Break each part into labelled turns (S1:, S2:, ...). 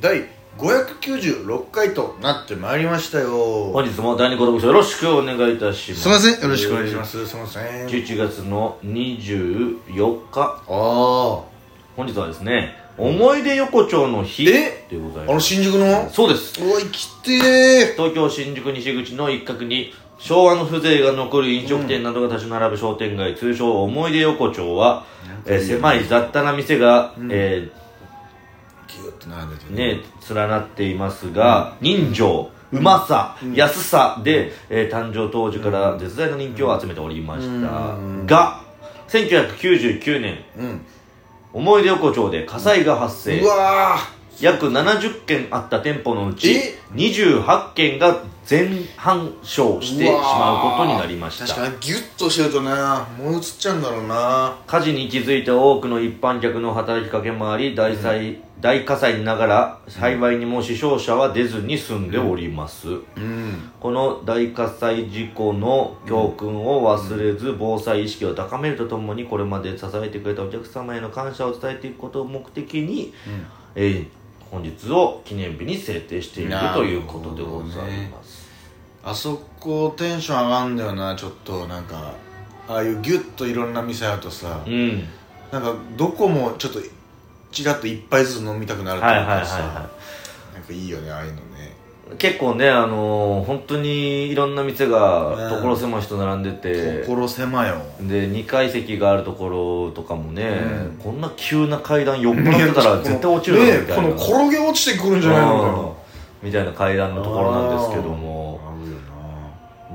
S1: 第596回となってまいりましたよ
S2: 本日も第二コラボよろしくお願いいたします
S1: すいませんよろしくお願いしますすいません
S2: 11月の24日
S1: あ
S2: 本日はですね思い出横丁の日
S1: え
S2: でござい
S1: ああの
S2: ます
S1: 新宿の
S2: そうです
S1: うわ生きて
S2: 東京新宿西口の一角に昭和の風情が残る飲食店などが立ち並ぶ商店街、通称思い出横丁は、えー狭い雑多な店が、え
S1: ーギュッと並んでて
S2: ーね、連なっていますが、人情うまさ、安さで、えー誕生当時から絶大な人気を集めておりました、が1999年
S1: うん
S2: 思い出横丁で火災が発生、
S1: うわ
S2: 約70件あった店舗のうち
S1: え
S2: 28件が全半焼
S1: ー
S2: してしまうことになりまし
S1: うわー
S2: た
S1: 確かにギュッとしてるとね燃え移っちゃうんだろうな
S2: 火事に気づいた多くの一般客の働きかけもあり大災、大火災ながら幸いにも死傷者は出ずに済んでおります、
S1: うん
S2: この大火災事故の教訓を忘れず防災意識を高めるとともにこれまで支えてくれたお客様への感謝を伝えていくことを目的に、えー本日を記念日に制定している
S1: なるほ
S2: と
S1: どね
S2: いうことでございます、
S1: あそこテンション上がんだよなちょっとなんかああいうギュッといろんな店あるとさ、
S2: うん
S1: なんかどこもちょっとちらっと一杯ずつ飲みたくなると
S2: はいいうはいはい
S1: かさ、
S2: は
S1: なんかいいよねああいうのね
S2: い結構ねあのー本当にいろんな店が
S1: うん
S2: 所狭しと並んでて、
S1: 心狭いよ
S2: で2階席があるところとかもね、
S1: うん
S2: こんな急な階段酔っ払ってたら絶対落ちるなみたいな、
S1: ねこの転げ落ちてくるんじゃないの
S2: みたいな階段のところなんですけど
S1: かな
S2: も
S1: あるよ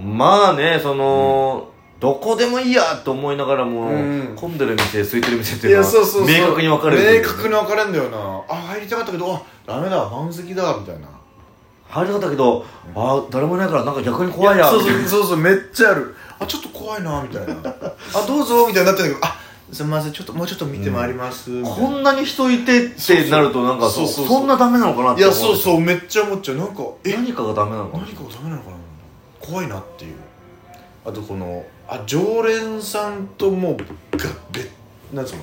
S1: な
S2: まあねその、どこでもいいやと思いながらも、
S1: うん
S2: 混んでる店空いてる店って
S1: い
S2: いうの
S1: やそうそうそう
S2: は明確に分かれる
S1: 明確に分かれんだよなあ入りたかったけどあダメだ満席だみたいな
S2: 入れたかったけど、あー誰もいないからなんか逆に怖いや
S1: そう
S2: みたい
S1: そう
S2: な
S1: そうそうめっちゃあるあちょっと怖いなみたいなあどうぞみたいになってんだけどあすみませんちょっともうちょっと見てまいります、みたいな
S2: こんなに人いてってなるとなんか
S1: そ
S2: そうう
S1: そうそう
S2: そんなダメなのかなっ
S1: い
S2: て
S1: や
S2: 思
S1: そう
S2: う
S1: そうめっちゃ思っちゃうなんかえ
S2: 何かがダメなのかな
S1: 何かがダメなのかな怖いなっていうあとこのあ常連さんともうがべなんつうの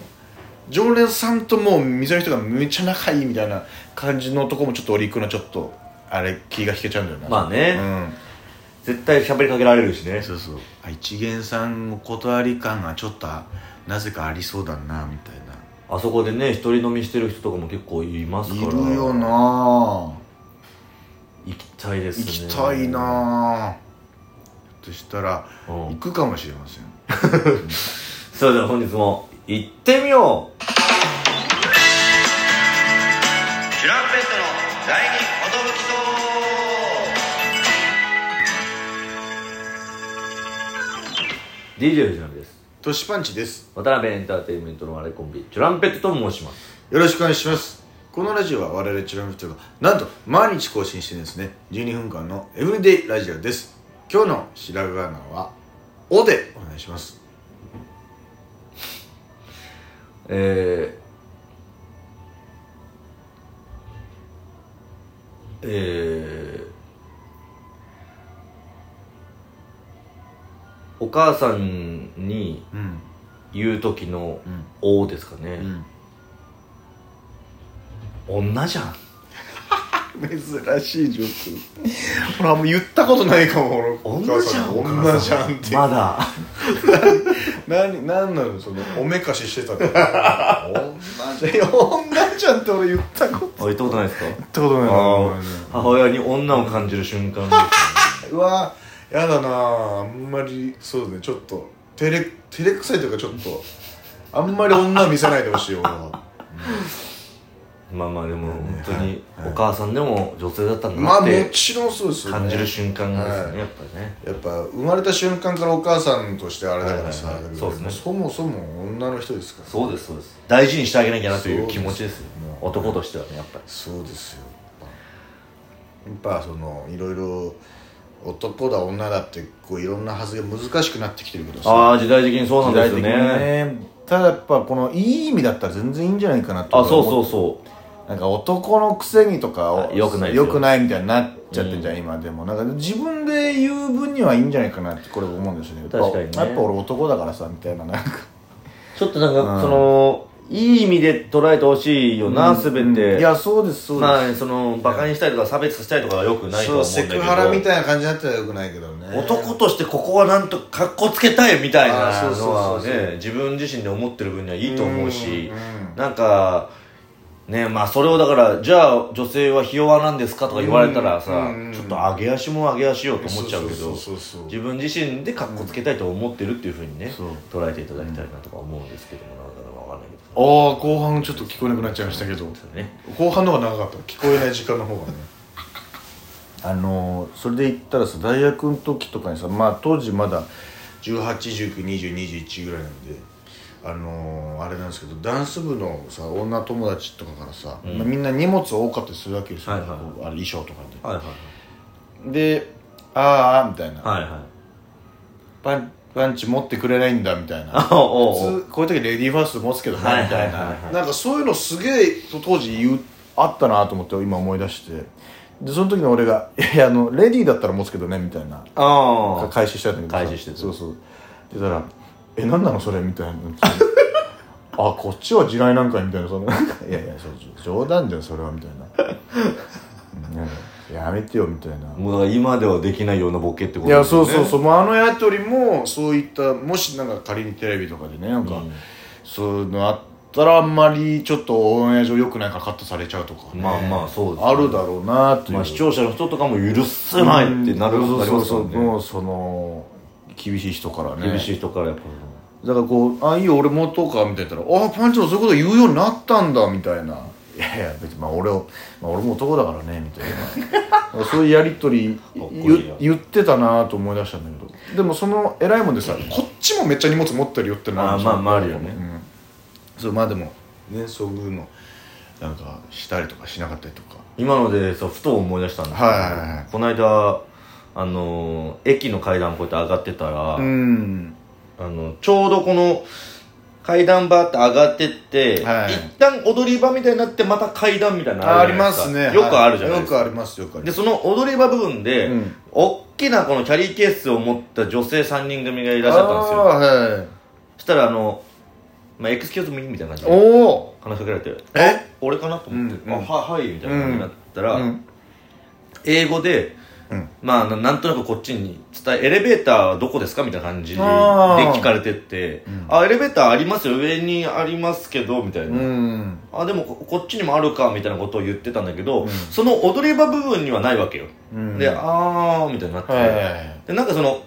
S1: 常連さんともう店の人がめっちゃ仲いいみたいな感じのとこもちょっと俺行くのちょっとあれ気が引けちゃうんだよな
S2: まあね
S1: うん
S2: 絶対喋りかけられるしね
S1: そうそうあ一元さんお断り感がちょっとなぜかありそうだなみたいな
S2: あそこでね一人飲みしてる人とかも結構いますから
S1: いるよな
S2: 行きたいです
S1: 行
S2: ね
S1: きたいなひょっとしたら
S2: うん
S1: 行くかもしれません
S2: それでは本日も行ってみようチュランペットの第二寿 DJ 藤波です
S1: トシパンチです
S2: 渡辺エンターテインメントの我コンビチュランペットと申します
S1: よろしくお願いしますこのラジオは我々チュラムフトがなんと毎日更新してですね12分間のエブリデイラジオです今日の白髪ナは「お」でお願いします
S2: えーえーお母さんに
S1: うん
S2: 言う時の
S1: うん
S2: 「お」ですかね、
S1: ん
S2: 女じゃん
S1: 珍しい状況ほらもう言ったことないかも俺
S2: 女じゃん
S1: お母さに女じゃん
S2: まだ
S1: って何何なのそのおめかししてたって 女じゃん女じゃんって俺言ったこと言っ
S2: あ言ったことないですか
S1: たことない
S2: あ
S1: な
S2: ー母親に女を感じる瞬間ですね
S1: うわやだなああんまりそうだねちょっと照れ照れくさいというかちょっとあんまり女見せないでほしいよ 俺は
S2: まあまあでも本当に
S1: はい
S2: お母さんでも女性だったんだ
S1: ま
S2: な
S1: あ
S2: っ
S1: も
S2: て
S1: ちろんそうですよ、ね、
S2: 感じる瞬間がです
S1: は
S2: ね
S1: い
S2: やっぱりね
S1: やっぱ生まれた瞬間からお母さんとしてあれだからさ、
S2: はいはいはいそうですね
S1: そもそも女の人ですから
S2: そうですそうです大事にしてあげなきゃなという気持ちですよ
S1: そうですもう
S2: 男としてはねやっぱり
S1: そうですよやっぱやっぱそのいろいろ男だ女だってこういろんなはずが難しくなってきてるけど
S2: ああ時代的にそうなんですよ
S1: 時代的
S2: ね
S1: にねただやっぱこのいい意味だったら全然いいんじゃないかなと
S2: あそう
S1: 思
S2: そうそ
S1: なんか男のくせにとかを
S2: あ良くないです
S1: 良
S2: よ
S1: くないみたいになっちゃってんじゃん、今でもなんか自分で言う分にはいいんじゃないかなってこれ思うんですよねやっぱ
S2: 確かにね
S1: やっぱ俺男だからさみたいななんか
S2: うちょっとなん
S1: うん
S2: かそのいい意味で捉えてほしいよな、
S1: うん
S2: 全て、
S1: うんいやそうですそうです、
S2: まあそのバカにしたりとか差別したりとかはよくないと
S1: そ
S2: は
S1: う
S2: 思うんだ
S1: セ
S2: け
S1: ク
S2: ど
S1: ハラみたいな感じになったらよくないけどね
S2: 男としてここはなんとかっこつけたいみたい
S1: あー
S2: な
S1: そうそう
S2: のは
S1: そうそ
S2: ね自分自身で思ってる分にはいいと思うし
S1: うんうん
S2: なんかねまあそれをだからじゃあ女性はひ弱なんですかとか言われたらさ
S1: うん
S2: ちょっと上げ足も上げ足よと思っちゃうけど
S1: そうそうそうそう
S2: 自分自身でかっこつけたいと思ってるっていうふうにね
S1: そう
S2: 捉えていただきたいなとか思うんですけどもなかなかわかんないけど
S1: ああ後半ちょっと聞こえなくなっちゃいましたけど
S2: ね
S1: 後半の方が長かった聞こえない時間の方がねあのーそれで言ったらさ大学の時とかにさまあ当時まだ18192021ぐらいなんであのーあれなんですけどダンス部のさ女友達とかからさ、まあみんな荷物多かったりするわけですよ、
S2: はいはいはい
S1: こうあれ衣装とか
S2: はいはい
S1: でで「ああ」みたいな、
S2: はいはい
S1: パンパンチ持ってくれないんだみたい な
S2: あ おうおう
S1: 普通こういう時レディーファースト持つけどね
S2: はい
S1: みたい
S2: はいはいは
S1: ないなんかそういうのすげえ当時言うあったなと思って今思い出してでその時の俺が 「いやいやあのレディーだったら持つけどね」みたいな
S2: ああ
S1: 開始したんだけどさ
S2: 開始してた
S1: そうそうでたら「え何なのそれ」みたいなあこっちは地雷なんかいみたいなそのなんかいやいやそう冗談じゃんそれは」みたいなうん「やめてよ」みたいな
S2: もうだから今ではできないようなボケってこと
S1: いやそうそうそう、もうあのやり取りもそういったもしなんか仮にテレビとかでねなんか、
S2: うん
S1: そういうのあったらあんまりちょっとオンエア上良くないからカットされちゃうとか、ね、
S2: まあまあそうですね
S1: あるだろうなという、
S2: まあ、視聴者の人とかも許せないってなる
S1: うん
S2: ほど
S1: そうそうそう
S2: なりますからね
S1: もうその厳しい人からね
S2: 厳しい人からやっぱ
S1: だからこう「あいいよ俺持とうか」みたいな言ったら「あパンチもそういうこと言うようになったんだ」みたいな「いやいや別にまあ俺を、まあ、俺も男だからね」みたいなだ からそういうやり取り
S2: かっこいい
S1: 言
S2: な
S1: 言ってたなと思い出したんだけどでもその偉いもんでさこっちもめっちゃ荷物持ってるよってのるじゃん
S2: あーまあまああるよね
S1: うんそうまあでもねそういうのなんかしたりとかしなかったりとか
S2: 今のでそうふと思い出したんですけど、
S1: はいはいはい
S2: この間あのー駅の階段こうやって上がってたら、
S1: うん
S2: あのちょうどこの階段バーって上がってって、
S1: はい
S2: 一旦踊り場みたいになってまた階段みたいなの
S1: ああ
S2: る
S1: り
S2: じゃ
S1: ま
S2: ないですか
S1: ね
S2: よくあるじゃない
S1: はよ
S2: ですか
S1: くありますよくあり
S2: で
S1: ます
S2: その踊り場部分で、
S1: うん
S2: 大きなこのキャリーケースを持った女性3人組がいらっしゃったんですよ
S1: あーはい
S2: そしたらあの、まあ、エクスキューズミーみたいな感じで
S1: おお
S2: 話しかけられて「
S1: え
S2: 俺かな?」と思って「
S1: うんうん
S2: あはいはい」みたいな感じになったら、
S1: うん
S2: 英語で、
S1: うん
S2: まあななんとなくこっちに伝え「エレベーターはどこですか?」みたいな感じで
S1: あー
S2: 聞かれてって
S1: うん
S2: あエレベーターありますよ上にありますけど」みたいな。
S1: うん
S2: あでもここっちにもあるかみたいなことを言ってたんだけど、
S1: うん
S2: その踊り場部分にはないわけよ、
S1: うん
S2: であーみたいになって、
S1: はい
S2: でなんかその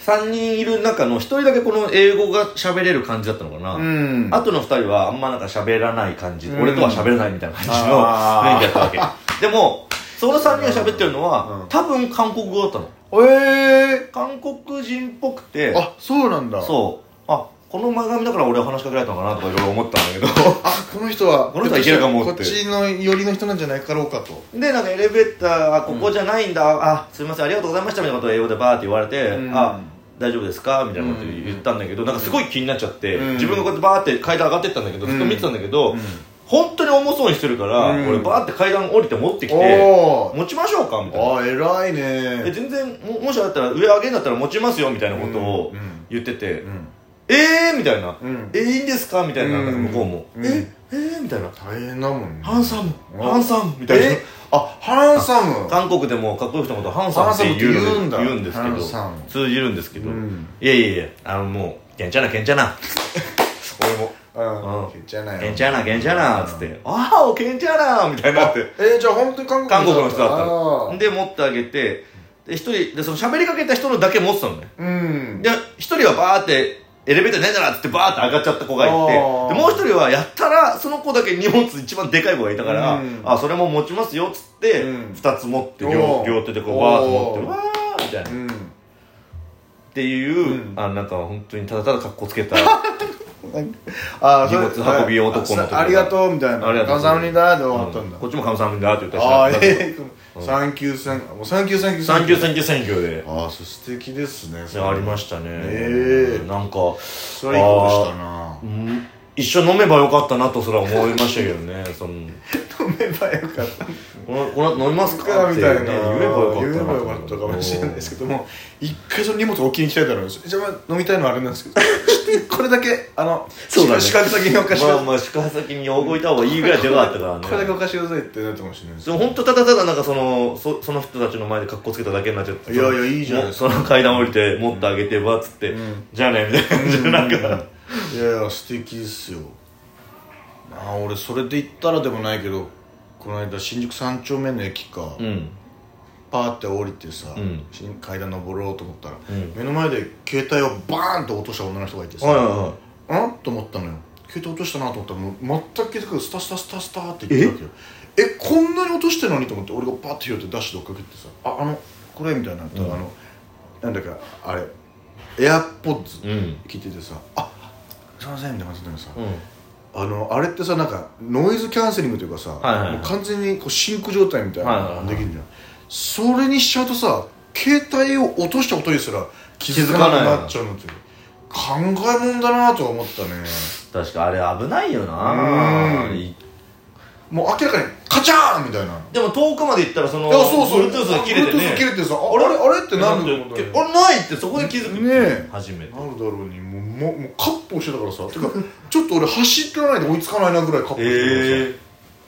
S2: 3人いる中の1人だけこの英語が喋れる感じだったのかな、
S1: ん
S2: あとの2人はあんまなんか喋らない感じ、
S1: うん
S2: 俺とは喋らないみたいな感じの
S1: あー
S2: 雰囲気だったわけ でもその3人が喋ってるのは、
S1: うん
S2: 多分韓国語だったの
S1: え
S2: 韓国人っぽくて
S1: えあそうなんだう
S2: そうあこの前髪だから俺は話しかけられたのかなとかいろいろ思ったんだけど
S1: あこの人は
S2: この人はいけるかもっ
S1: こっ
S2: て
S1: ちの寄りの人なんじゃないかろうかと
S2: でなんかエレベーターあここじゃないんだ、あすいませんありがとうございましたみたいなことを英語でバーって言われて、
S1: うん
S2: あ大丈夫ですかみたいなこと言ったんだけど、なんかすごい気になっちゃって、
S1: うん
S2: 自分がこうやってバーって階段上がってったんだけど、
S1: うん
S2: ずっと見てたんだけど、
S1: うん
S2: 本当に重そうにしてるから、
S1: うん
S2: 俺バーって階段降りて持ってきて
S1: お
S2: 持ちましょうかみたいな
S1: おあ偉い
S2: え
S1: ね
S2: 全然ももしあったら上上げんだったら持ちますよみたいなことを
S1: うんうん
S2: 言ってて、
S1: うん
S2: えーみたいな、
S1: うん
S2: えいいんですかみたいななんか向こうも、
S1: うん
S2: ええーみたいな
S1: 大変だもんね
S2: ハンサム
S1: あ
S2: ハンサムみたいな
S1: えあハンサム
S2: 韓国でもかっこいい人のことハンサムって言
S1: ハンサ
S2: う
S1: ムって言うんだ
S2: 言うんですけ
S1: ハ
S2: ど
S1: ンサム
S2: 通じるんですけど、
S1: うん
S2: いやいやいやあのもう「けんちゃなけんちゃな
S1: 俺も
S2: う
S1: うんんけんちゃなよ
S2: けんちゃなけんちゃな」っつって「ああけんちゃな」みたいになって
S1: えじゃあ本当に韓国
S2: 韓国の人だったの
S1: あ
S2: で持ってあげてで一人でその喋りかけた人のだけ持ってたのね
S1: ーうん
S2: で一人はバーってエレベーターねえんだなっつってバーって上がっちゃった子がいて
S1: あ
S2: で
S1: ー
S2: もう一人はやったらその子だけ荷物一番でかい子がいたから、
S1: うん
S2: あそれも持ちますよっつって、
S1: うん
S2: 二つ持って
S1: お
S2: 両
S1: ー
S2: 両手でこうバーって持って
S1: おー
S2: わーみたいな
S1: う。ん
S2: っていう、
S1: うん
S2: あなんか本当にただただ格好つけた
S1: あー
S2: 荷物運び男のところ
S1: あありがとうみたいな
S2: ありがとう
S1: 感謝の人だーで終わったんだ
S2: こっちもカムサハムだって言った
S1: ああ
S2: し
S1: ええサンキューサンキューもうサンキューサンキュー
S2: 三級選挙選挙で、
S1: ああそう素敵ですね
S2: ね、ありましたね
S1: ええ
S2: なんか
S1: それいいことしたな
S2: あーうん一緒飲めばよかったなとそれは思いましたけどねその
S1: 飲めばよかった
S2: このこの後飲みます
S1: み
S2: か
S1: た
S2: っ
S1: い
S2: て、
S1: な
S2: ね、言えばよかったな
S1: 言えばよかったかもしれないですけども一回その荷物置きに来たいだろうじゃあまあ飲みたいのはあれなんですけど ちょっとこれだけあの
S2: そうだね
S1: 宿泊先におかし
S2: まあ
S1: を
S2: まあ宿泊先に置いた方がいいぐらいでかかったからね
S1: これだけおかしをくださいってなったかもしれないです
S2: そう本当ただただなんかそのそその人たちの前で格好つけただけになっちゃって
S1: いやいやいいじゃないです
S2: その階段降りて持ってあげてばっつって、
S1: うん
S2: じゃあねみたいな感じでなんか、
S1: いやいや素敵ですよまあ俺それで言ったらでもないけどこの間新宿三丁目の駅か、
S2: うん
S1: パーって降りてさ、
S2: うん
S1: 新階段登ろうと思ったら、
S2: うん
S1: 目の前で携帯をバーンと落とした女の人がいてさ、
S2: はいは
S1: あんと思ったのよ携帯落としたなと思ったらもう全く気づかずスタスタスタスタって言ってたわけよえこんなに落としてるのにと思って俺がパッて拾ってダッシュで追っかけてさ「ああのこれ」みたいになったら、
S2: うん
S1: あのなんだかあれエアポッズ
S2: うんうん
S1: 聞いててさ「あすいません」みたいな感じでさ、あのあれってさなんかノイズキャンセリングというかさ、
S2: はいはいはい
S1: もう完全にこうシンク状態みたいな
S2: はいはい
S1: の
S2: はい
S1: できるじゃん、それにしちゃうとさ携帯を落としたことにすら気づかなくなっちゃうのって考えもんだなとは思ったね
S2: 確かあれ危ないよな
S1: うんもう明らかにカチャーンみたいない
S2: でも遠くまで行ったらその
S1: やそうそう
S2: Bluetooth が切れて
S1: Bluetooth
S2: ね
S1: 切れてさああれあれってなる
S2: なん
S1: こと
S2: て
S1: だよね
S2: あないってそこで気づく
S1: ねえ
S2: 初めて
S1: なるだろうにもうもうもうカップをしてたからさてかちょっと俺走ってないで追いつかないなぐらいカップしてたからさ、
S2: ええ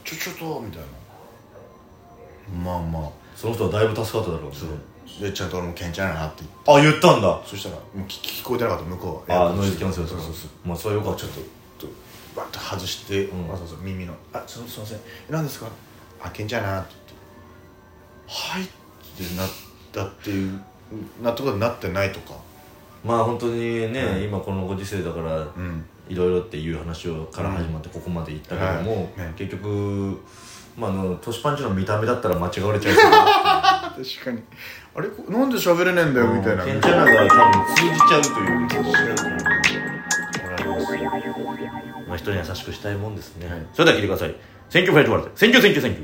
S1: ちょちょっとみたいなまあまあ
S2: その人はだいぶ助かっただろうね
S1: でちゃんと俺もケンちゃんやなって言って
S2: あ言ったんだ
S1: そしたらもう聞聞こえてなかった向こうは
S2: あノイズキャンセル
S1: そうそうそう
S2: まあそれよかった
S1: ちょっとバッと外して、
S2: うん
S1: あそうそう耳の「あすすいませんえ何ですか?」「あケンちゃんやな」って言って「はい」ってなったっていうなったことになってないとか
S2: まあ本当にね、
S1: うん
S2: 今このご時世だから
S1: うん
S2: いろいろっていう話をから始まってここまで行ったけど
S1: は
S2: も、
S1: いね
S2: 結局まああの年パンチの見た目だったら間違われちゃ
S1: 確かにあれこなんで喋れねえん
S2: う
S1: だ
S2: けど
S1: よみたいな
S2: ケンちゃんなんか多分通じちゃうというまあ人に優しくしたいもんですね、
S1: はい
S2: それでは聞いてください「選挙フェイトワルテ選挙選挙選挙」